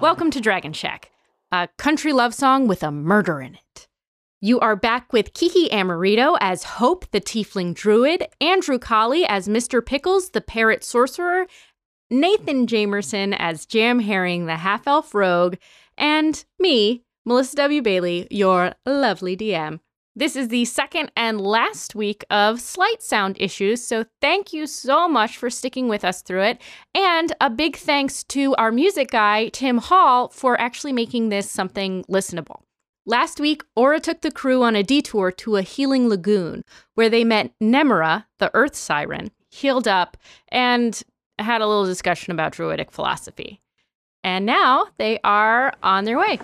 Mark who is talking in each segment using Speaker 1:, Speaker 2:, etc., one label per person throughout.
Speaker 1: Welcome to Dragon Shack, a country love song with a murder in it. You are back with Kiki Amorito as Hope, the Tiefling Druid, Andrew Colley as Mr. Pickles, the Parrot Sorcerer, Nathan Jamerson as Jam Herring, the Half Elf Rogue, and me, Melissa W. Bailey, your lovely DM. This is the second and last week of slight sound issues, so thank you so much for sticking with us through it. And a big thanks to our music guy, Tim Hall, for actually making this something listenable. Last week, Aura took the crew on a detour to a healing lagoon where they met Nemera, the earth siren, healed up, and had a little discussion about druidic philosophy. And now they are on their way.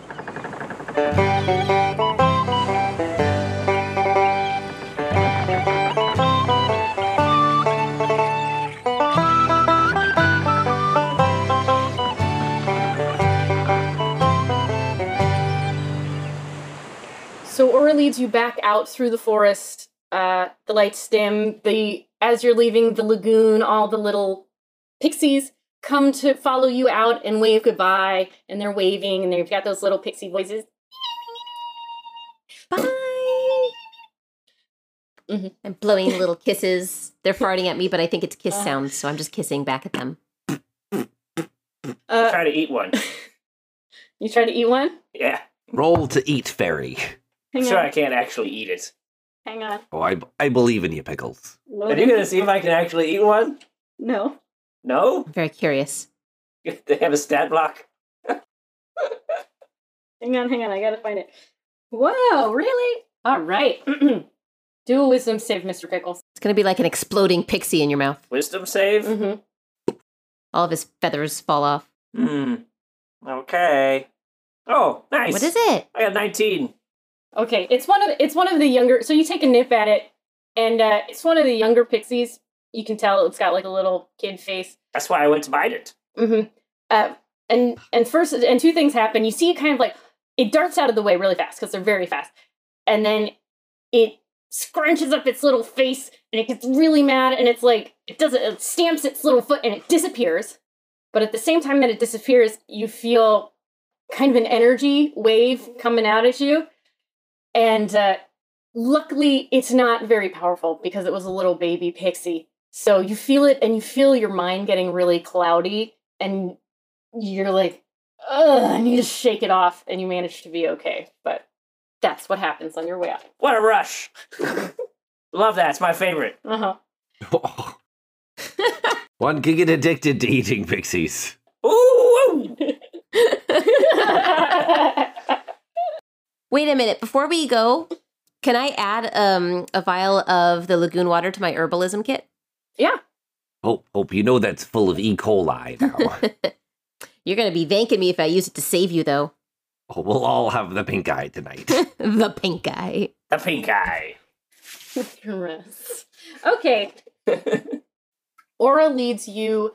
Speaker 1: So Aura leads you back out through the forest. Uh, the lights dim. The as you're leaving the lagoon, all the little pixies come to follow you out and wave goodbye, and they're waving, and they've got those little pixie voices. Bye.
Speaker 2: I'm blowing little kisses. They're farting at me, but I think it's kiss sounds, so I'm just kissing back at them.
Speaker 1: Uh,
Speaker 3: Try to eat one.
Speaker 1: you try to eat one.
Speaker 3: Yeah.
Speaker 4: Roll to eat fairy.
Speaker 1: Hang
Speaker 3: sure,
Speaker 1: on.
Speaker 3: I can't actually eat it.
Speaker 1: Hang on.
Speaker 4: Oh, I, I believe in you, Pickles.
Speaker 1: Oh,
Speaker 3: Are you gonna see if I can actually eat one?
Speaker 1: No.
Speaker 3: No?
Speaker 2: I'm very curious.
Speaker 3: They have a stat block.
Speaker 1: Hang on, hang on. I gotta find it. Whoa, really? All right. Do a wisdom save, Mr. Pickles.
Speaker 2: It's gonna be like an exploding pixie in your mouth.
Speaker 3: Wisdom save?
Speaker 1: Mm-hmm.
Speaker 2: All of his feathers fall off.
Speaker 1: Mm-hmm.
Speaker 3: Hmm. Okay. Oh, nice.
Speaker 2: What is it?
Speaker 3: I got 19.
Speaker 1: Okay, it's one of the, it's one of the younger. So you take a nip at it, and uh, it's one of the younger pixies. You can tell it's got like a little kid face.
Speaker 3: That's why I went to bite it.
Speaker 1: Mm-hmm. Uh, and and first and two things happen. You see it kind of like it darts out of the way really fast because they're very fast, and then it scrunches up its little face and it gets really mad and it's like it doesn't it stamps its little foot and it disappears. But at the same time that it disappears, you feel kind of an energy wave coming out at you, and uh, luckily it's not very powerful because it was a little baby pixie. So you feel it and you feel your mind getting really cloudy and you're like, ugh, I need to shake it off and you manage to be okay. But that's what happens on your way out.
Speaker 3: What a rush. Love that. It's my favorite.
Speaker 1: Uh-huh.
Speaker 4: One can get addicted to eating pixies.
Speaker 3: Ooh! ooh.
Speaker 1: Uh-huh.
Speaker 2: Wait a minute. Before we go, can I add um, a vial of the lagoon water to my herbalism kit?
Speaker 4: Hope, hope you know that's full of E. coli now.
Speaker 2: You're gonna be thanking me if I use it to save you, though.
Speaker 4: oh, we'll all have the pink eye tonight.
Speaker 2: the pink eye.
Speaker 3: the pink eye.
Speaker 1: Gross. okay. Aura leads you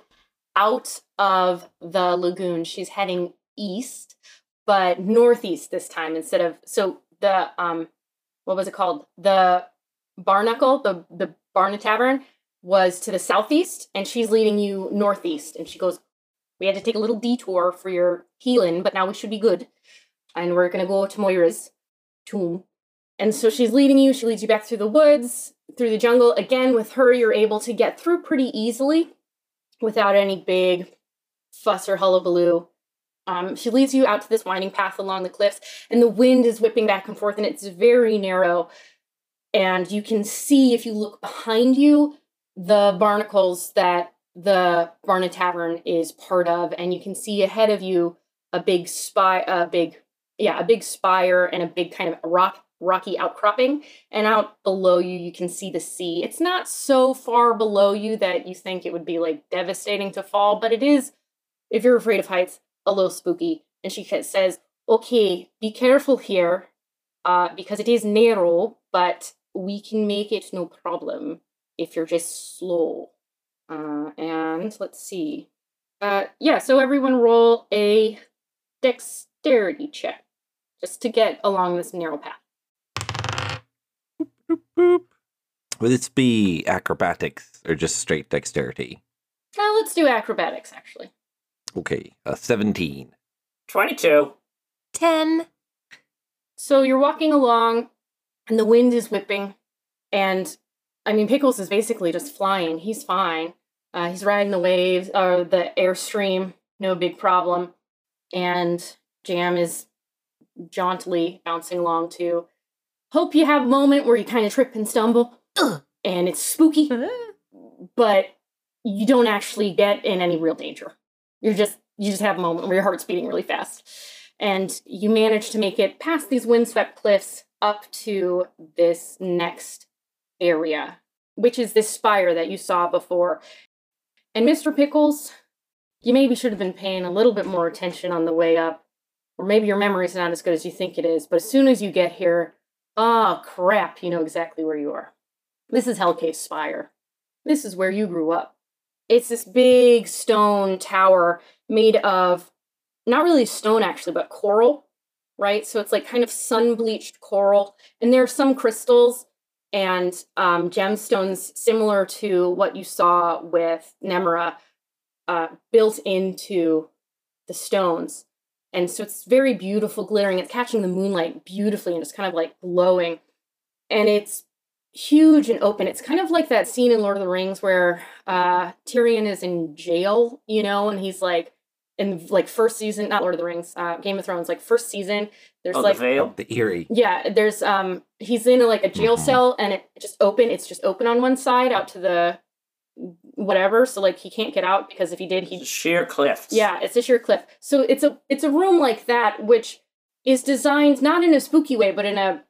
Speaker 1: out of the lagoon. She's heading east, but northeast this time instead of so the um what was it called? The Barnacle, the the Barna Tavern was to the southeast and she's leading you northeast and she goes we had to take a little detour for your healing, but now we should be good. And we're going to go to Moira's tomb. And so she's leading you. She leads you back through the woods, through the jungle. Again, with her, you're able to get through pretty easily without any big fuss or hullabaloo. Um, she leads you out to this winding path along the cliffs, and the wind is whipping back and forth, and it's very narrow. And you can see, if you look behind you, the barnacles that the Barna Tavern is part of, and you can see ahead of you a big spy, a big yeah, a big spire and a big kind of rock rocky outcropping. And out below you, you can see the sea. It's not so far below you that you think it would be like devastating to fall, but it is, if you're afraid of heights, a little spooky. And she ca- says, "Okay, be careful here, uh, because it is narrow, but we can make it no problem if you're just slow." Uh, and let's see. Uh, yeah, so everyone roll a dexterity check just to get along this narrow path.
Speaker 4: Boop. Would this be acrobatics or just straight dexterity?
Speaker 1: Uh, Now let's do acrobatics actually.
Speaker 4: Okay, uh, 17.
Speaker 3: 22.
Speaker 2: 10.
Speaker 1: So you're walking along, and the wind is whipping, and I mean Pickles is basically just flying. He's fine. Uh, he's riding the waves or the airstream, no big problem. And Jam is jauntily bouncing along too. Hope you have a moment where you kind of trip and stumble, Ugh. and it's spooky, but you don't actually get in any real danger. You're just you just have a moment where your heart's beating really fast and you manage to make it past these windswept cliffs up to this next area, which is this spire that you saw before. And Mr. Pickles, you maybe should have been paying a little bit more attention on the way up, or maybe your memory's not as good as you think it is, but as soon as you get here, ah, crap, you know exactly where you are. This is Hellcase Spire. This is where you grew up. It's this big stone tower made of not really stone actually, but coral, right? So it's like kind of sun bleached coral. And there are some crystals and um, gemstones similar to what you saw with Nemra uh, built into the stones. And so it's very beautiful, glittering. It's catching the moonlight beautifully and it's kind of like glowing. And it's huge and open. It's kind of like that scene in Lord of the Rings where uh, Tyrion is in jail, you know, and he's like, in like first season, not Lord of the Rings, uh, Game of Thrones, like first season, there's
Speaker 3: Oh,
Speaker 1: like
Speaker 3: the veil.
Speaker 4: The eerie.
Speaker 1: yeah, there's um he's in like a jail
Speaker 4: Mhm.
Speaker 1: cell and it just open, it's just open on one side out to the whatever, so like he can't get out because if he did he
Speaker 3: Sheer cliffs.
Speaker 1: yeah, it's a sheer cliff. So it's a it's a room like that which is designed not in a spooky way but in a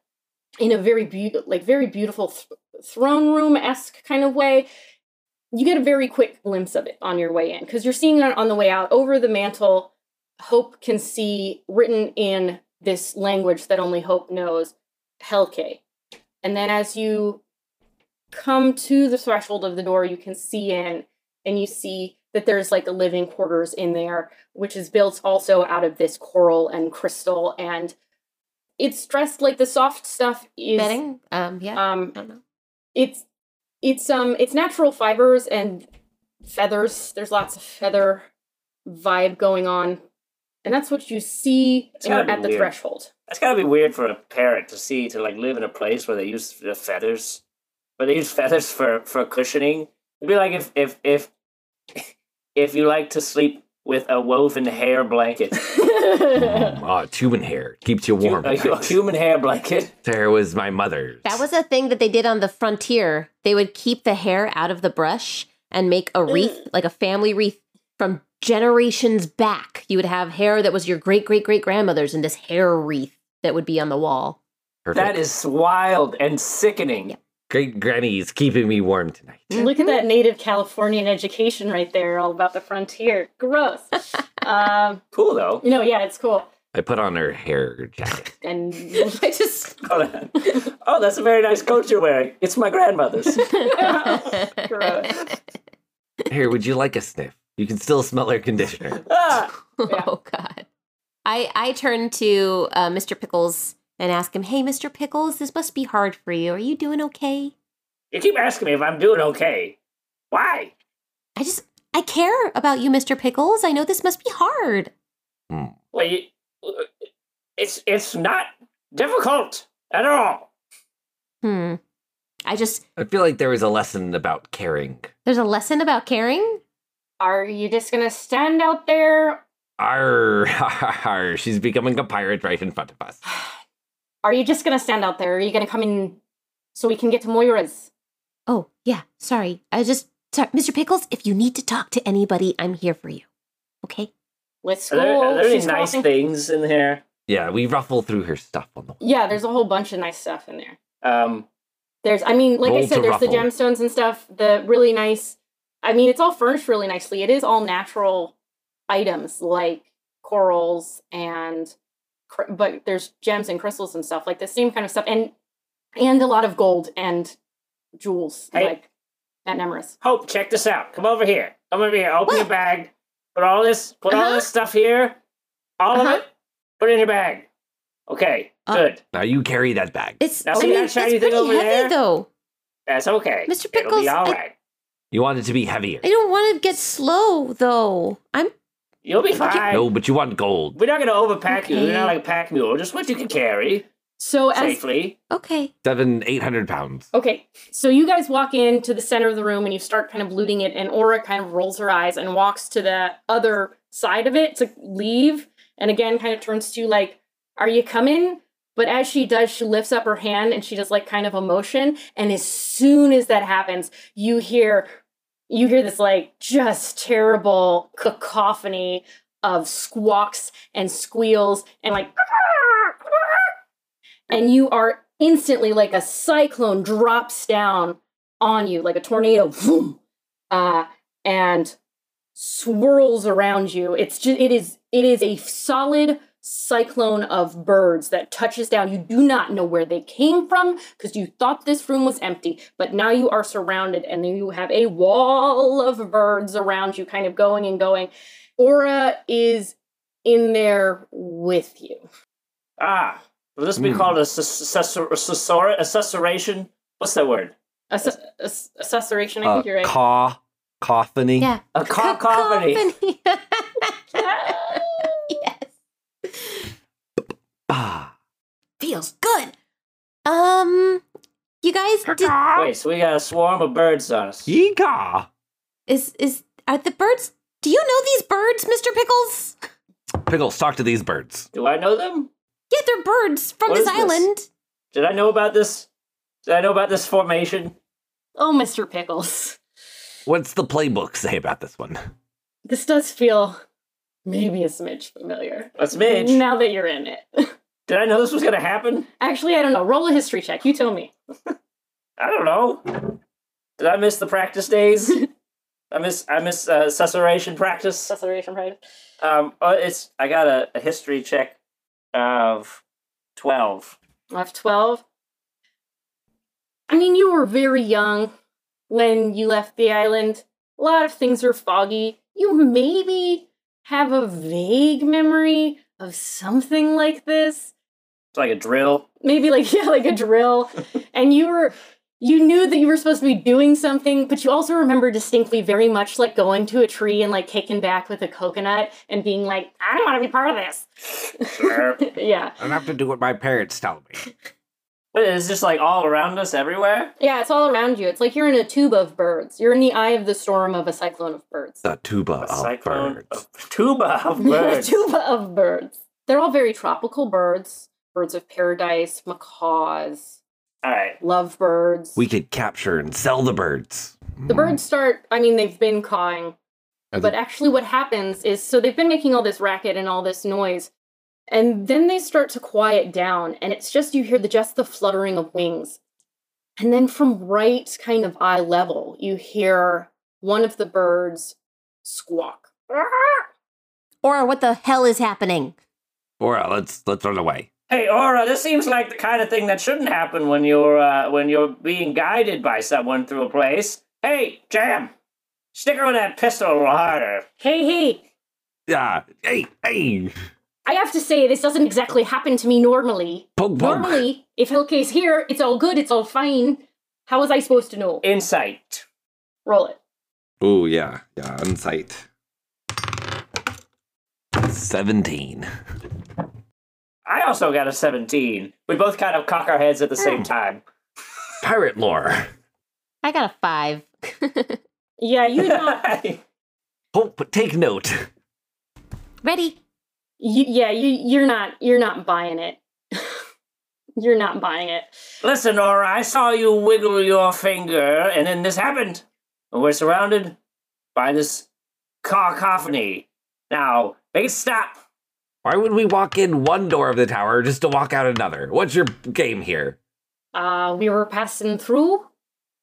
Speaker 1: in a very beautiful like very beautiful th- throne room esque kind of way. You get a very quick glimpse of it on your way in because you're seeing it on the way out over the mantle. Hope can see written in this language that only Hope knows, Helke. And then as you come to the threshold of the door, you can see in and you see that there's like a living quarters in there, which is built also out of this coral and crystal. And it's dressed like the soft stuff is
Speaker 2: Bedding? Um, yeah.
Speaker 1: um
Speaker 2: I don't know.
Speaker 1: it's it's um it's natural fibers and feathers. There's lots of feather vibe going on, and that's what you see
Speaker 3: It's
Speaker 1: in-
Speaker 3: gotta
Speaker 1: at
Speaker 3: be
Speaker 1: the
Speaker 3: weird.
Speaker 1: threshold.
Speaker 3: That's gotta be weird for a parrot to see to like live in a place where they use the feathers, where they use feathers for for cushioning. It'd be like if if if if you like to sleep with a woven hair blanket,
Speaker 4: Mm, Ah, it's human hair. Keeps you warm.
Speaker 3: a, a uh, human hair blanket.
Speaker 4: There was my mother's.
Speaker 2: That was a thing that they did on the frontier. They would keep the hair out of the brush and make a wreath, like a family wreath from generations back. You would have hair that was your great great great grandmother's and this hair wreath that would be on the wall.
Speaker 4: Perfect.
Speaker 3: That is wild and sickening.
Speaker 2: Yeah.
Speaker 4: Great granny's keeping me warm tonight.
Speaker 3: Mm-hmm.
Speaker 1: Look at that native Californian education right there, all about the frontier. Gross. um,
Speaker 3: Cool though.
Speaker 1: no, yeah, it's cool.
Speaker 4: I put on her hair jacket.
Speaker 1: And
Speaker 2: I just
Speaker 3: oh, that's a very nice coat you're wearing. It's my grandmother's.
Speaker 1: gross.
Speaker 4: Here, would you like a sniff? You can still smell her conditioner.
Speaker 3: ah,
Speaker 2: Oh God! I I turn to uh, Mr. Pickles and ask him, "Hey, Mr. Pickles, this must be hard for you. Are you doing okay?
Speaker 3: you keep asking me if I'm doing okay. Why?
Speaker 2: I just I care about you, Mr. Pickles. I know this must be hard.
Speaker 3: Well, you, it's it's not difficult at all.
Speaker 2: Hmm. I just
Speaker 4: I feel like there was a lesson about caring.
Speaker 2: there's a lesson about caring.
Speaker 1: Are you just gonna stand out there?
Speaker 4: Arr, arr, she's becoming a pirate right in front of us.
Speaker 1: Are you just gonna stand out there? Are you gonna come in so we can get to Moira's?
Speaker 2: Oh yeah, sorry. I just sorry, Mr. Pickles. If you need to talk to anybody, I'm here for you. Okay.
Speaker 1: Let's
Speaker 3: Are
Speaker 1: go.
Speaker 3: there, are there any
Speaker 1: Oh, She's
Speaker 3: nice
Speaker 1: crossing-
Speaker 3: things in here?
Speaker 4: Yeah, we ruffle through her stuff on the way.
Speaker 1: Yeah, there's a whole bunch of nice stuff in there.
Speaker 3: Um,
Speaker 1: There's, I mean, like I
Speaker 4: Roll
Speaker 1: said,
Speaker 4: to
Speaker 1: there's the
Speaker 4: ruffle.
Speaker 1: gemstones and stuff. The really nice. I mean, it's all furnished really nicely. It is all natural items like corals and, cr- but there's gems and crystals and stuff like the same kind of stuff and and a lot of gold and jewels
Speaker 3: Hey.
Speaker 1: like at Nemeris.
Speaker 3: Hope, check this out. Come over here. Come over here. Open your
Speaker 2: What?
Speaker 3: bag. Put all this. Put all
Speaker 2: Uh-huh.
Speaker 3: this stuff here. All
Speaker 2: Uh-huh.
Speaker 3: of it. Put it in your bag. Okay.
Speaker 2: Uh,
Speaker 3: good.
Speaker 4: Now you carry that bag.
Speaker 2: It's
Speaker 3: Now,
Speaker 2: I
Speaker 3: see
Speaker 2: mean
Speaker 3: that
Speaker 2: it's
Speaker 3: shiny
Speaker 2: pretty
Speaker 3: thing over
Speaker 2: heavy
Speaker 3: there?
Speaker 2: though.
Speaker 3: That's okay.
Speaker 2: Mr.
Speaker 3: It'll
Speaker 2: Pickles,
Speaker 3: be all
Speaker 2: I-
Speaker 3: right.
Speaker 4: You want it to be heavier.
Speaker 2: I don't want to get slow though. I'm
Speaker 3: You'll be fine.
Speaker 4: No, but you want gold.
Speaker 3: We're not gonna overpack you. You're
Speaker 1: Okay.
Speaker 3: not like a pack mule. Just what you can carry
Speaker 1: So as
Speaker 3: safely.
Speaker 2: Okay.
Speaker 4: Seven, eight hundred pounds.
Speaker 1: Okay, so you guys walk into the center of the room and you start kind of looting it, and Aura kind of rolls her eyes and walks to the other side of it to leave, and again kind of turns to you like, Are you coming? But as she does, she lifts up her hand and she does like kind of a motion, and as soon as that happens, you hear you hear this like just terrible cacophony of squawks and squeals and like and you are instantly like a cyclone drops down on you like a tornado vroom, uh, and swirls around you it's just it is it is a solid cyclone of birds that touches down you do not know where they came from because you thought this room was empty but now you are surrounded and then you have a wall of birds around you kind of going and going aura is in there with you
Speaker 3: Ah, will this be
Speaker 4: Hmm.
Speaker 3: called a susurration? What's that word?
Speaker 1: Ass- ass- assessoration, I
Speaker 4: Uh,
Speaker 1: think you're right.
Speaker 4: Caw, coffany.
Speaker 2: Yeah.
Speaker 3: A cacophony.
Speaker 2: Cacophony. yes.
Speaker 4: Ah.
Speaker 2: Feels good. Um, you guys, did,
Speaker 3: Wait, so we got a swarm of birds on us.
Speaker 4: Yeehaw.
Speaker 2: is is are the birds? Do you know these birds, Mister Pickles?
Speaker 4: Pickles, talk to these birds.
Speaker 3: Do I know them?
Speaker 2: Yeah, they're birds from
Speaker 3: What
Speaker 2: this
Speaker 3: is this?
Speaker 2: island.
Speaker 3: Did I know about this? Did I know about this formation?
Speaker 1: oh, Mr. Pickles.
Speaker 4: What's the playbook say about this one?
Speaker 1: This does feel maybe a smidge familiar.
Speaker 3: That's Midge.
Speaker 1: Now that you're in it.
Speaker 3: Did I know this was gonna happen?
Speaker 1: Actually, I don't know. Roll a history check. You tell me.
Speaker 3: I don't know. Did I miss the practice days? I miss I miss uh, susurration practice.
Speaker 1: Acceleration pride.
Speaker 3: Um, uh, it's I got a, a history check of twelve.
Speaker 1: I have 12. I mean, you were very young when you left the island. A lot of things are foggy. You maybe have a vague memory of something like this.
Speaker 3: It's like a drill.
Speaker 1: maybe like yeah like a drill and you were you knew that you were supposed to be doing something but you also remember distinctly very much like going to a tree and like taking back with a coconut and being like i don't want to be part of this
Speaker 3: Sure.
Speaker 1: yeah
Speaker 4: I have to do what my parents tell me.
Speaker 3: but it's just like all around us, everywhere.
Speaker 1: yeah it's all around you it's like you're in a tube of birds you're in the eye of the storm of a cyclone of birds
Speaker 4: The tuba
Speaker 3: A
Speaker 4: of
Speaker 3: cyclone
Speaker 4: birds.
Speaker 3: of- tuba of
Speaker 1: a
Speaker 3: birds.
Speaker 1: tube of birds they're all very tropical birds birds of paradise macaws
Speaker 3: all right.
Speaker 1: lovebirds
Speaker 4: We could capture and sell the birds.
Speaker 1: the birds start i mean they've been cawing
Speaker 4: Are
Speaker 1: But actually, what happens is so they've been making all this racket and all this noise, and then they start to quiet down, and it's just you hear the just the fluttering of wings. And then from right kind of eye level, you hear one of the birds squawk.
Speaker 2: Or what the hell is happening?
Speaker 4: Bora, uh, let's let's run away.
Speaker 3: Hey, Aura, this seems like the kind of thing that shouldn't happen when you're uh, when you're being guided by someone through a place. Hey, Jam, stick her with that pistol a little harder.
Speaker 1: Hey, hey,
Speaker 4: Yeah. Hey, hey.
Speaker 1: I have to say, this doesn't exactly happen to me normally.
Speaker 4: Poke, poke.
Speaker 1: Normally, if Hilke's here, it's all good, it's all fine. How was I supposed to know?
Speaker 3: Insight.
Speaker 1: Roll it.
Speaker 4: Oh yeah, yeah. On sight. Seventeen.
Speaker 3: I also got a 17. We both kind of cock our heads at the
Speaker 1: Oh.
Speaker 3: same time.
Speaker 4: Pirate lore.
Speaker 2: I got a five.
Speaker 1: Yeah, you know.
Speaker 4: Hope, take note.
Speaker 2: Ready?
Speaker 1: you, yeah you you're not you're not buying it you're not buying it
Speaker 3: Listen, Aura, I saw you wiggle your finger, and then this happened. And we're surrounded by this cacophony. Now, make it stop.
Speaker 4: Why would we walk in one door of the tower just to walk out another? What's your game here?
Speaker 1: uh we were passing through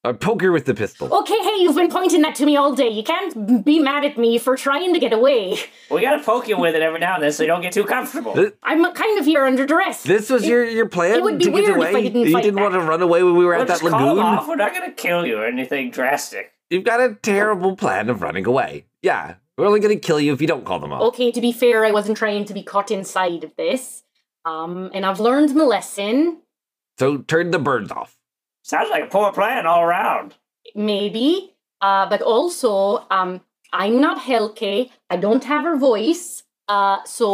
Speaker 4: A poker with the pistol.
Speaker 1: okay hey you've been pointing that to me all day you can't be mad at me for trying to get away
Speaker 3: We gotta poke you with it every now and then so you don't get too comfortable.
Speaker 4: Th-
Speaker 1: i'm kind of here under duress
Speaker 4: This was your, your plan
Speaker 1: it would be
Speaker 4: to
Speaker 1: weird
Speaker 4: get
Speaker 1: if
Speaker 4: away.
Speaker 1: I didn't
Speaker 4: you
Speaker 1: fight
Speaker 4: didn't
Speaker 1: back.
Speaker 4: want to run away when we were
Speaker 3: We'll
Speaker 4: at that
Speaker 3: just call off.
Speaker 4: lagoon.
Speaker 3: We're not gonna kill you or anything drastic.
Speaker 4: You've got a terrible plan of running away. Yeah, we're only going to kill you if you don't call them off.
Speaker 1: okay to be fair i wasn't trying to be caught inside of this um and i've learned my lesson
Speaker 4: So turn the birds off.
Speaker 3: Sounds like a poor plan all around.
Speaker 1: maybe uh but also um I'm not Helke. I don't have her voice. Uh, so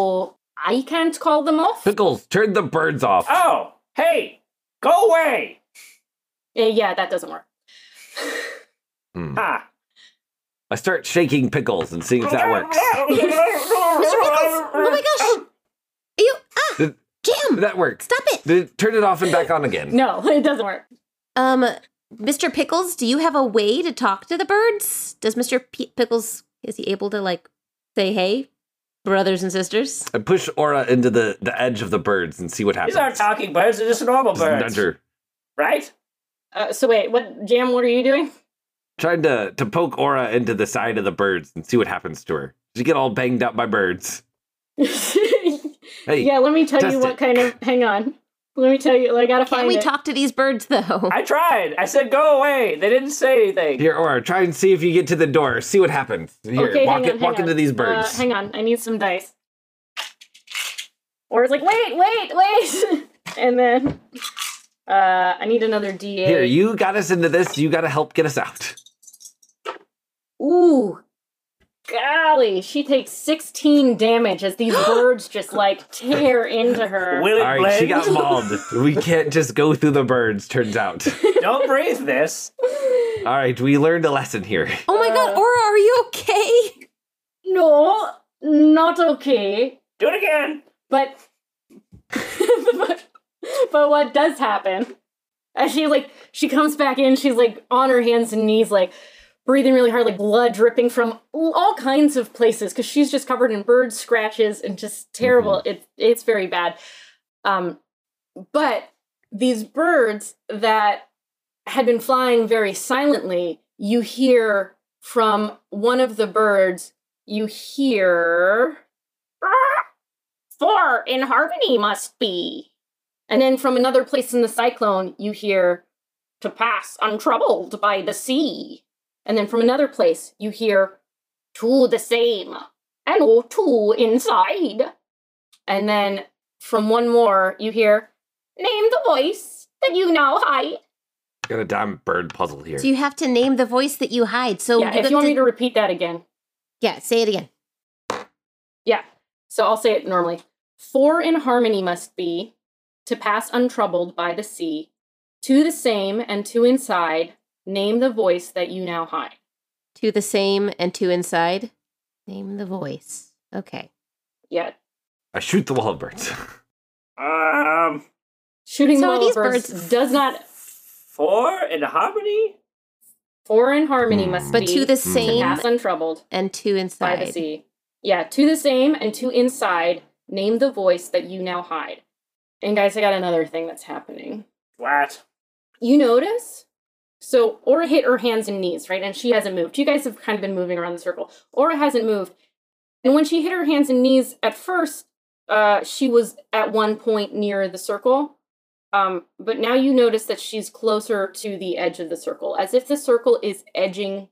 Speaker 1: I can't call them off. Uh,
Speaker 4: Pickles, turn the birds off.
Speaker 3: Oh, hey, go away!
Speaker 1: Uh, yeah, that doesn't work.
Speaker 4: Hmm.
Speaker 3: Ha!
Speaker 4: I start shaking Pickles and seeing if that works.
Speaker 2: Oh my gosh! You ah
Speaker 4: Did-
Speaker 2: Jam!
Speaker 4: That worked.
Speaker 2: Stop it!
Speaker 4: Did it- Turn it off and back on again.
Speaker 1: No, it doesn't work.
Speaker 2: Um, Mr. Pickles, do you have a way to talk to the birds? Does Mr. P- Pickles is he able to like say hey, brothers and sisters?
Speaker 4: I push Aura into the, the edge of the birds and see what happens.
Speaker 3: These aren't talking birds, they're just normal
Speaker 4: Just nudge
Speaker 3: birds.
Speaker 4: her.
Speaker 3: Right?
Speaker 1: Uh, so wait, what jam? What are you doing?
Speaker 4: Trying to, to poke Aura into the side of the birds and see what happens to her. She get all banged up by birds. Hey,
Speaker 1: yeah, let me tell
Speaker 4: test
Speaker 1: you what
Speaker 4: it.
Speaker 1: kind of. Hang on, let me tell you. I gotta
Speaker 2: Can
Speaker 1: find
Speaker 2: we
Speaker 1: it.
Speaker 2: talk to these birds though?
Speaker 3: I tried. I said go away. They didn't say anything.
Speaker 4: here, Aura, try and see if you get to the door. See what happens. Here,
Speaker 1: Okay,
Speaker 4: walk,
Speaker 1: hang
Speaker 4: it,
Speaker 1: on,
Speaker 4: walk
Speaker 1: hang
Speaker 4: into
Speaker 1: on.
Speaker 4: these
Speaker 1: Uh,
Speaker 4: birds.
Speaker 1: hang on, I need some dice. Or it's like, wait, wait, wait, and then uh, I need another D8.
Speaker 4: here, you got us into this. You got to help get us out.
Speaker 1: Ooh, golly, she takes 16 damage as these birds just like tear into her.
Speaker 3: Will it
Speaker 4: All right,
Speaker 3: blend?
Speaker 4: she got mauled. we can't just go through the birds, turns out.
Speaker 3: Don't breathe this.
Speaker 4: All right, we learned a lesson here.
Speaker 2: oh my god,
Speaker 1: Uh,
Speaker 2: Aura, are you okay?
Speaker 1: no, not okay.
Speaker 3: Do it again.
Speaker 1: But, but but what does happen? As she like she comes back in, she's like on her hands and knees, like breathing really hard, like blood dripping from all kinds of places because she's just covered in bird scratches and just terrible. It it's very bad. Um, but these birds that had been flying very silently, you hear from one of the birds. You hear four in harmony must be. And then from another place in the cyclone, you hear to pass untroubled by the sea. And then from another place, you hear two the same and oh, two inside. And then from one more, you hear name the voice that you now hide.
Speaker 4: Got a damn bird puzzle here.
Speaker 2: So you have to name the voice that you hide. So
Speaker 1: yeah, if
Speaker 2: have
Speaker 1: you want
Speaker 2: to-
Speaker 1: me to repeat that again.
Speaker 2: yeah, say it again.
Speaker 1: So I'll say it normally. For in harmony must be, to pass untroubled by the sea, to the same and to inside, name the voice that you now hide.
Speaker 2: To the same and to inside. Name the voice. Okay.
Speaker 1: Yeah.
Speaker 4: I shoot the wall of birds.
Speaker 3: Um,
Speaker 1: Shooting
Speaker 2: So are
Speaker 1: willow
Speaker 2: these
Speaker 1: birds,
Speaker 2: birds-
Speaker 1: does not
Speaker 3: four in harmony.
Speaker 1: for in harmony
Speaker 4: Hmm.
Speaker 1: must
Speaker 2: But
Speaker 1: be
Speaker 2: to the
Speaker 4: Mm.
Speaker 2: same
Speaker 1: pass untroubled
Speaker 2: and to
Speaker 1: by
Speaker 2: inside.
Speaker 1: the sea. Yeah, to the same and to inside, name the voice that you now hide. And guys, I got another thing that's happening.
Speaker 3: What?
Speaker 1: You notice? So Aura hit her hands and knees, right? And she hasn't moved. You guys have kind of been moving around the circle. Aura hasn't moved. And when she hit her hands and knees at first, uh, she was at one point near the circle. Um, but now you notice that she's closer to the edge of the circle, as if the circle is edging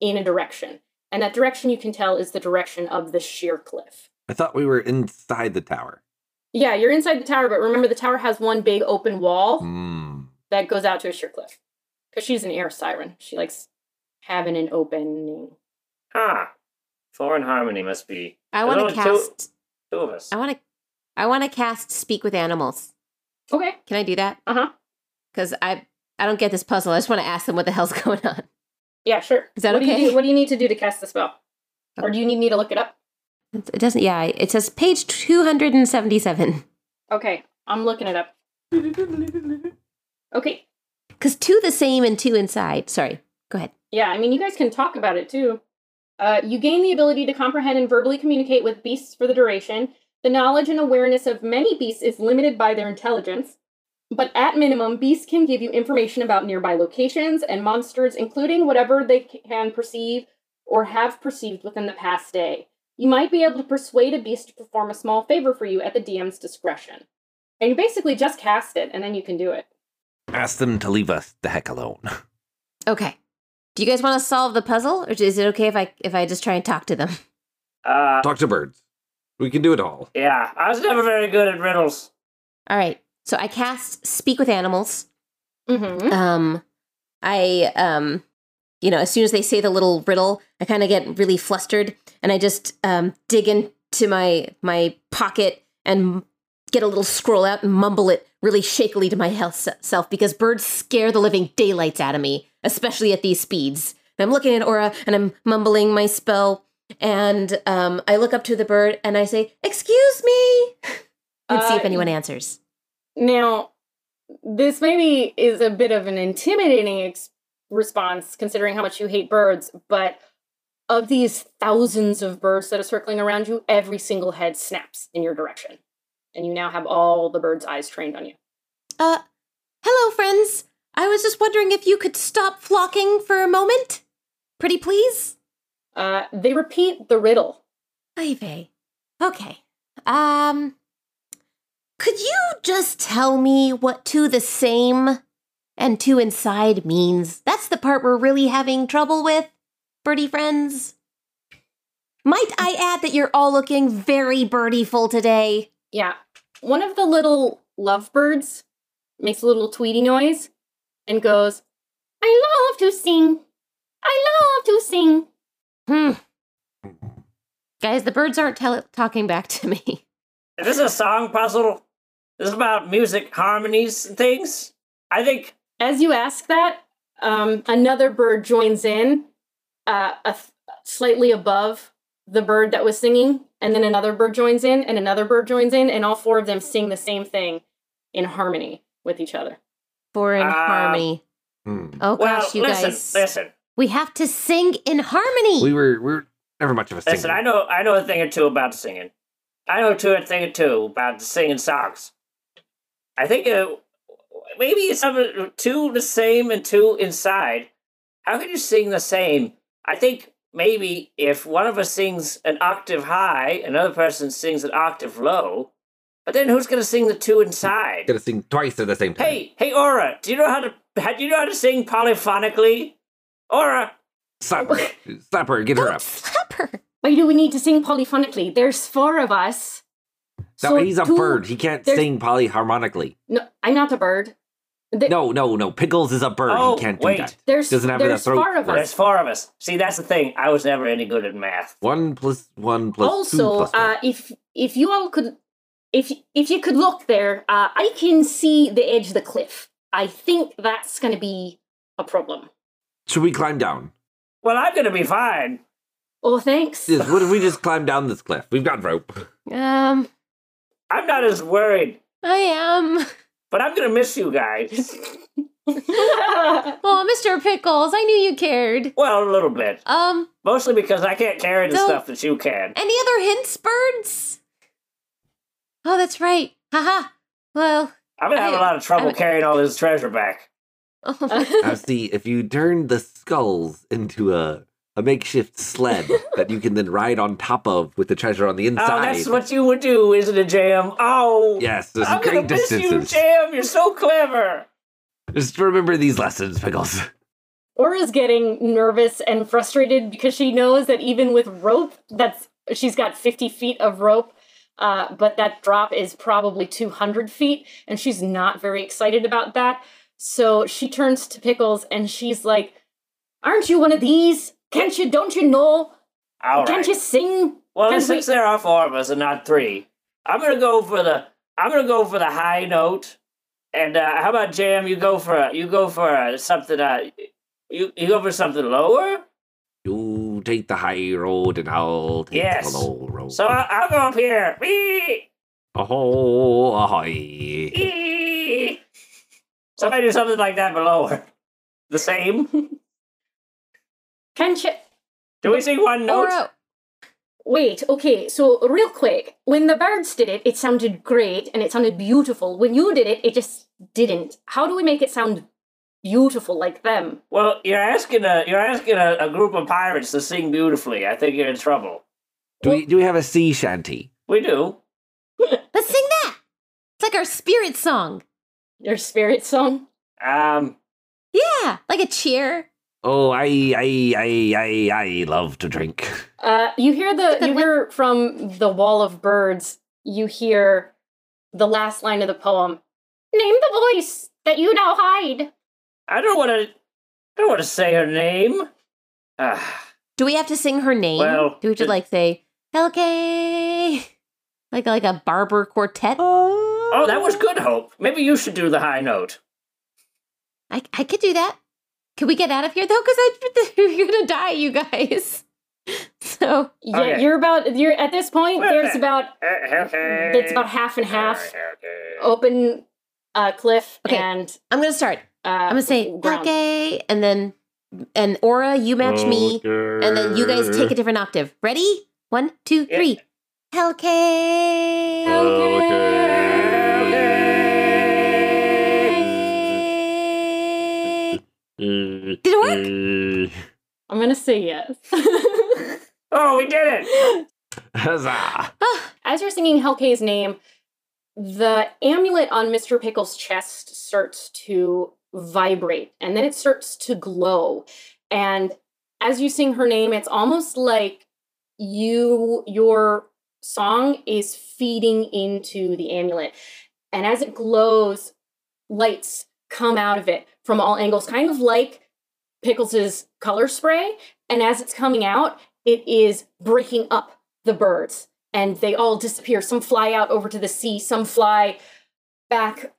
Speaker 1: in a direction. And that direction you can tell is the direction of the sheer cliff.
Speaker 4: I thought we were inside the tower.
Speaker 1: Yeah, you're inside the tower, but remember the tower has one big open wall.
Speaker 4: Mm.
Speaker 1: that goes out to a sheer cliff because she's an air siren. She likes having an opening.
Speaker 3: Huh. Four in harmony must be
Speaker 2: I want
Speaker 3: Hello,
Speaker 2: to
Speaker 3: two-
Speaker 2: cast.
Speaker 3: two of us.
Speaker 2: I want to. I want to cast Speak with Animals.
Speaker 1: Okay.
Speaker 2: Can I do that?
Speaker 1: Uh-huh.
Speaker 2: Because I I don't get this puzzle. I just want to ask them what the hell's going on.
Speaker 1: Yeah, sure.
Speaker 2: Is that
Speaker 1: what Do
Speaker 2: okay?
Speaker 1: you do, what do you need to do to cast the spell? Or do you need me to look it up?
Speaker 2: It doesn't. Yeah, it says page two hundred and seventy-seven.
Speaker 1: Okay, I'm looking it up. Okay.
Speaker 2: Because two the same and two inside. Sorry. Go ahead.
Speaker 1: Yeah, I mean, you guys can talk about it too. Uh, you gain the ability to comprehend and verbally communicate with beasts for the duration. The knowledge and awareness of many beasts is limited by their intelligence, but at minimum, beasts can give you information about nearby locations and monsters, including whatever they can perceive or have perceived within the past day. You might be able to persuade a beast to perform a small favor for you at the DM's discretion. And you basically just cast it, and then you can do it.
Speaker 4: Ask them to leave us the heck alone.
Speaker 2: Okay. Do you guys want to solve the puzzle, or is it okay if I if I just try and talk to them? Oh.
Speaker 3: Uh,
Speaker 4: Talk to birds. We can do it all.
Speaker 3: yeah. I was never very good at riddles.
Speaker 2: All right. So I cast Speak with Animals.
Speaker 1: Mm-hmm.
Speaker 2: Um, I um, you know, as soon as they say the little riddle, I kind of get really flustered and I just um, dig into my my pocket and get a little scroll out and mumble it really shakily to my health self because birds scare the living daylights out of me, especially at these speeds. And I'm looking at Aura and I'm mumbling my spell, and um, I look up to the bird and I say, "Excuse me," and see
Speaker 1: Uh,
Speaker 2: if anyone answers.
Speaker 1: Now, this maybe is a bit of an intimidating ex- response considering how much you hate birds, but of these thousands of birds that are circling around you, every single head snaps in your direction. And you now have all the bird's eyes trained on you.
Speaker 2: Uh, hello, friends. I was just wondering if you could stop flocking for a moment, pretty please.
Speaker 1: Uh, they repeat the riddle.
Speaker 2: Ay vey. Okay. Um could you just tell me what to the same and to inside means? That's the part we're really having trouble with, birdie friends. Might I add that you're all looking very birdieful today?
Speaker 1: Yeah. One of the little lovebirds makes a little tweety noise and goes, I love to sing. I love to sing.
Speaker 2: Hmm. Guys, the birds aren't tell- talking back to me.
Speaker 3: Is this a song puzzle? This is about music harmonies and things. I think
Speaker 1: As you ask that, um, another bird joins in, uh, a th- slightly above the bird that was singing, and then another bird joins in, and another bird joins in, and all four of them sing the same thing in harmony with each other.
Speaker 2: For in
Speaker 3: Uh,
Speaker 2: harmony.
Speaker 4: Hmm.
Speaker 2: Oh
Speaker 3: well,
Speaker 2: gosh, you
Speaker 3: listen,
Speaker 2: guys.
Speaker 3: listen,
Speaker 2: We have to sing in harmony.
Speaker 4: We were we were never much of a singer.
Speaker 3: listen. I know, I know a thing or two about singing. I know two a thing or two about singing songs. I think uh, maybe it's some two the same and two inside. How can you sing the same? I think maybe if one of us sings an octave high, another person sings an octave low. But then who's going to sing the two inside?
Speaker 4: Gonna sing twice at the same time.
Speaker 3: Hey, hey, Aura, do you know how to how, do you know how to sing polyphonically? Aura,
Speaker 4: Slap her. Slap her. Get her
Speaker 2: Don't
Speaker 4: up.
Speaker 2: slap her.
Speaker 1: Why do we need to sing polyphonically? There's four of us.
Speaker 4: No,
Speaker 1: So
Speaker 4: he's a
Speaker 1: two-
Speaker 4: bird. He can't
Speaker 1: there's-
Speaker 4: sing polyharmonically.
Speaker 1: No, I'm not a bird. Th-
Speaker 4: No, no, no. Pickles is a bird.
Speaker 3: Oh,
Speaker 4: he can't do
Speaker 3: wait.
Speaker 4: that.
Speaker 1: There's
Speaker 4: Doesn't have
Speaker 1: there's
Speaker 4: that throat
Speaker 1: four of
Speaker 4: for it.
Speaker 1: us.
Speaker 3: there's four of us. See, that's the thing. I was never any good at math.
Speaker 4: One plus one plus two
Speaker 1: also,
Speaker 4: plus one.
Speaker 1: uh, if if you all could, if if you could look there, uh, I can see the edge of the cliff. I think that's going to be a problem.
Speaker 4: Should we climb down?
Speaker 3: Well, I'm gonna be fine.
Speaker 1: Oh, thanks.
Speaker 4: Yes, what if we just climb down this cliff? We've got rope.
Speaker 2: Um,
Speaker 3: I'm not as worried,
Speaker 2: I am.
Speaker 3: but I'm gonna miss you guys.
Speaker 2: Oh, Mr. Pickles, I knew you cared.
Speaker 3: well, a little bit,
Speaker 2: Um,
Speaker 3: mostly because I can't carry the
Speaker 2: No.
Speaker 3: stuff that you can.
Speaker 2: any other hints, birds? Oh, that's right. Haha. Well,
Speaker 3: I'm gonna have a lot of trouble
Speaker 2: I'm-
Speaker 3: carrying all this treasure back. Uh,
Speaker 2: oh,
Speaker 4: Now, see, if you turn the skulls into a, a makeshift sled that you can then ride on top of with the treasure on the inside.
Speaker 3: Oh, that's what you would do, isn't it, Jam? Oh,
Speaker 4: Yes, there's
Speaker 3: I'm gonna
Speaker 4: great
Speaker 3: miss you,
Speaker 4: distances.
Speaker 3: Jam. You're so clever.
Speaker 4: Just remember these lessons, Pickles.
Speaker 1: Aura's getting nervous and frustrated because she knows that even with rope, that's she's got 50 feet of rope, uh, but that drop is probably 200 feet, and she's not very excited about that. So she turns to Pickles and she's like, "Aren't you one of these? Can't you? Don't you know?
Speaker 3: All right.
Speaker 1: Can't you sing?"
Speaker 3: Well,
Speaker 1: Can
Speaker 3: since there are four of us and not three, I'm gonna go for the I'm gonna go for the high note. And uh, how about Jam? You go for a, you go for a, something. Uh, you you go for something lower.
Speaker 4: You take the high road and I'll take
Speaker 3: Yes.
Speaker 4: the low road.
Speaker 3: So I, I'll go up here. Whee!
Speaker 4: Ahoy, ahoy.
Speaker 3: Whee! Somebody do something like that, but lower. The same.
Speaker 1: Can't you?
Speaker 3: Do we sing one note?
Speaker 2: Aura,
Speaker 1: Wait, okay, so real quick, when the birds did it, it sounded great and it sounded beautiful. When you did it, it just didn't. How do we make it sound beautiful like them?
Speaker 3: Well, you're asking a you're asking a, a group of pirates to sing beautifully. I think you're in trouble.
Speaker 4: Do we, do we have a sea shanty?
Speaker 3: We do.
Speaker 2: let's sing that. It's like our spirit song.
Speaker 1: Your spirit song?
Speaker 3: Um.
Speaker 2: Yeah, like a cheer.
Speaker 4: Oh, I, I, I, I, I love to drink.
Speaker 1: Uh, you hear the, you hear from the wall of birds, you hear the last line of the poem Name the voice that you now hide.
Speaker 3: I don't want to. I don't want to say her name. Ah,
Speaker 2: Do we have to sing her name?
Speaker 3: Well,
Speaker 2: Do we have to
Speaker 3: it-
Speaker 2: like say Helke? Like like a barber quartet?
Speaker 3: oh, that was good, Hope. Maybe you should do the high note.
Speaker 2: I I could do that. Can we get out of here though? Because you're gonna die, you guys. So
Speaker 1: Yeah,
Speaker 3: Okay.
Speaker 1: you're about you're at this point.
Speaker 3: Wait a
Speaker 1: There's about
Speaker 3: minute.
Speaker 1: it's
Speaker 3: It's
Speaker 1: about half and half. Open uh, cliff
Speaker 2: Okay.
Speaker 1: and
Speaker 2: I'm gonna start.
Speaker 1: uh,
Speaker 2: I'm gonna say
Speaker 1: ground.
Speaker 2: Helke, and then and Aura, you match me, and then you guys take a different octave. Ready? One, two,
Speaker 3: Yeah.
Speaker 2: three. Helke.
Speaker 4: Did
Speaker 2: Did it
Speaker 4: it
Speaker 2: work?
Speaker 1: I'm gonna say yes.
Speaker 3: Oh, we did it!
Speaker 4: Huzzah!
Speaker 2: Ah,
Speaker 1: As you're singing Helke's name, the amulet on Mr. Pickle's chest starts to vibrate and then it starts to glow. And as you sing her name, it's almost like you your song is feeding into the amulet. And as it glows, lights come out of it from all angles, kind of like Pickles' color spray. And as it's coming out, it is breaking up the birds and they all disappear. Some fly out over to the sea, some fly back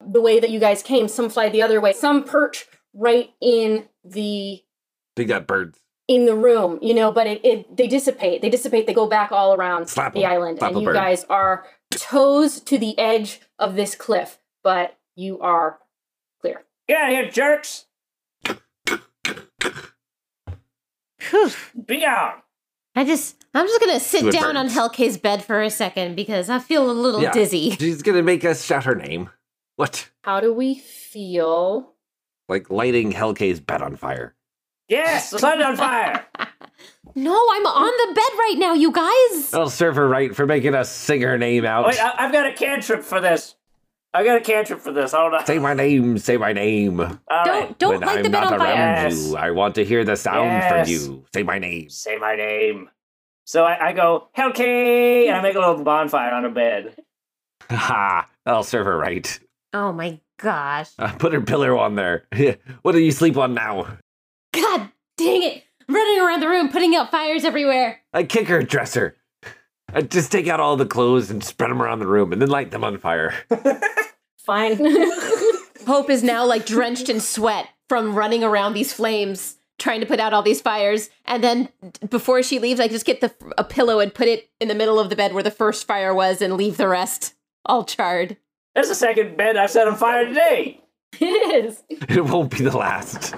Speaker 1: the way that you guys came, some fly the other way, some perch right in the
Speaker 4: They got birds.
Speaker 1: in the room, you know, but it, it they dissipate. They dissipate, they go back all around
Speaker 4: Slap
Speaker 1: the
Speaker 4: 'em.
Speaker 1: island.
Speaker 4: Slap a
Speaker 1: and you
Speaker 4: bird.
Speaker 1: guys are toes to the edge of this cliff, but you are clear.
Speaker 3: Get out of here, jerks!
Speaker 2: phew.
Speaker 3: Be gone!
Speaker 2: I just I'm just gonna sit
Speaker 4: The
Speaker 2: down
Speaker 4: birds.
Speaker 2: on Helke's bed for a second because I feel a little
Speaker 4: Yeah.
Speaker 2: dizzy.
Speaker 4: She's gonna make us shout her name. What?
Speaker 1: How do we feel?
Speaker 4: Like lighting Hellkay's bed on fire.
Speaker 3: Yes, the sun's on fire!
Speaker 2: No, I'm on the bed right now, you guys.
Speaker 4: That'll serve her right for making us sing her name out.
Speaker 3: Wait,
Speaker 2: uh,
Speaker 3: I- I've got a cantrip for this. I've got a cantrip for this. Hold on.
Speaker 4: say my name, say my name.
Speaker 3: All
Speaker 2: don't
Speaker 3: right.
Speaker 2: don't
Speaker 4: when
Speaker 2: light
Speaker 4: I'm
Speaker 2: the bed
Speaker 4: not
Speaker 2: on fire.
Speaker 4: around
Speaker 3: Yes.
Speaker 4: you, I want to hear the sound
Speaker 3: Yes.
Speaker 4: from you. Say my name.
Speaker 3: Say my name. So I, I go, Helke! And I make a little bonfire on her bed.
Speaker 4: Ha! That'll serve her right.
Speaker 2: Oh my gosh.
Speaker 4: Uh, put her pillow on there. what do you sleep on now?
Speaker 2: God dang it. I'm running around the room putting out fires everywhere.
Speaker 4: I kick her dresser. I just take out all the clothes and spread them around the room, and then light them on fire.
Speaker 1: Fine.
Speaker 2: Hope is now like drenched in sweat from running around these flames, trying to put out all these fires. And then d- before she leaves, I just get the a pillow and put it in the middle of the bed where the first fire was and leave the rest all charred.
Speaker 3: That's the second bed I've set on fire today.
Speaker 1: it is.
Speaker 4: It won't be the last.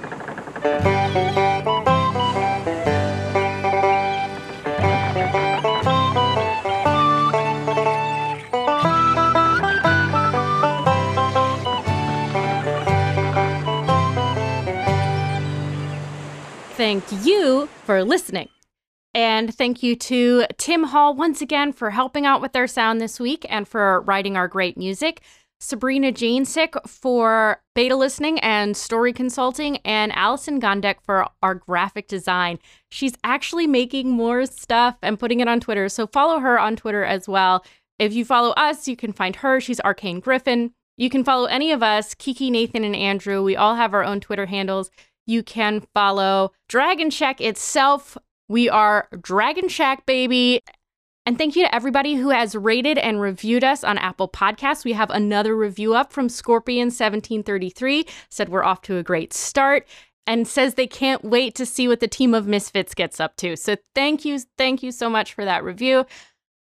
Speaker 5: Thank you for listening. And thank you to Tim Hall once again for helping out with their sound this week and for writing our great music. Sabrina Janesick for beta listening and story consulting, and Allison Gondek for our graphic design. She's actually making more stuff and putting it on Twitter, so follow her on Twitter as well. If you follow us, you can find her. She's Arcane Griffin. You can follow any of us, Kiki, Nathan, and Andrew. We all have our own Twitter handles. You can follow Dragon Shack itself. We are Dragon Shack, baby. And thank you to everybody who has rated and reviewed us on Apple Podcasts. We have another review up from Scorpion1733, said we're off to a great start, and says they can't wait to see what the team of Misfits gets up to. So thank you, thank you so much for that review.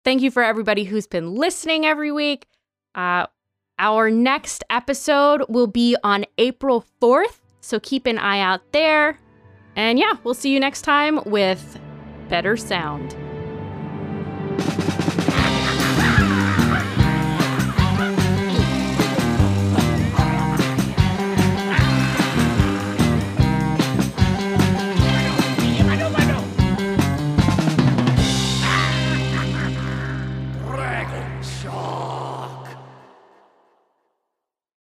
Speaker 5: Thank you for everybody who's been listening every week. Uh, our next episode will be on April 4th, so keep an eye out there. And yeah, we'll see you next time with better sound.
Speaker 6: Dragon Shaw.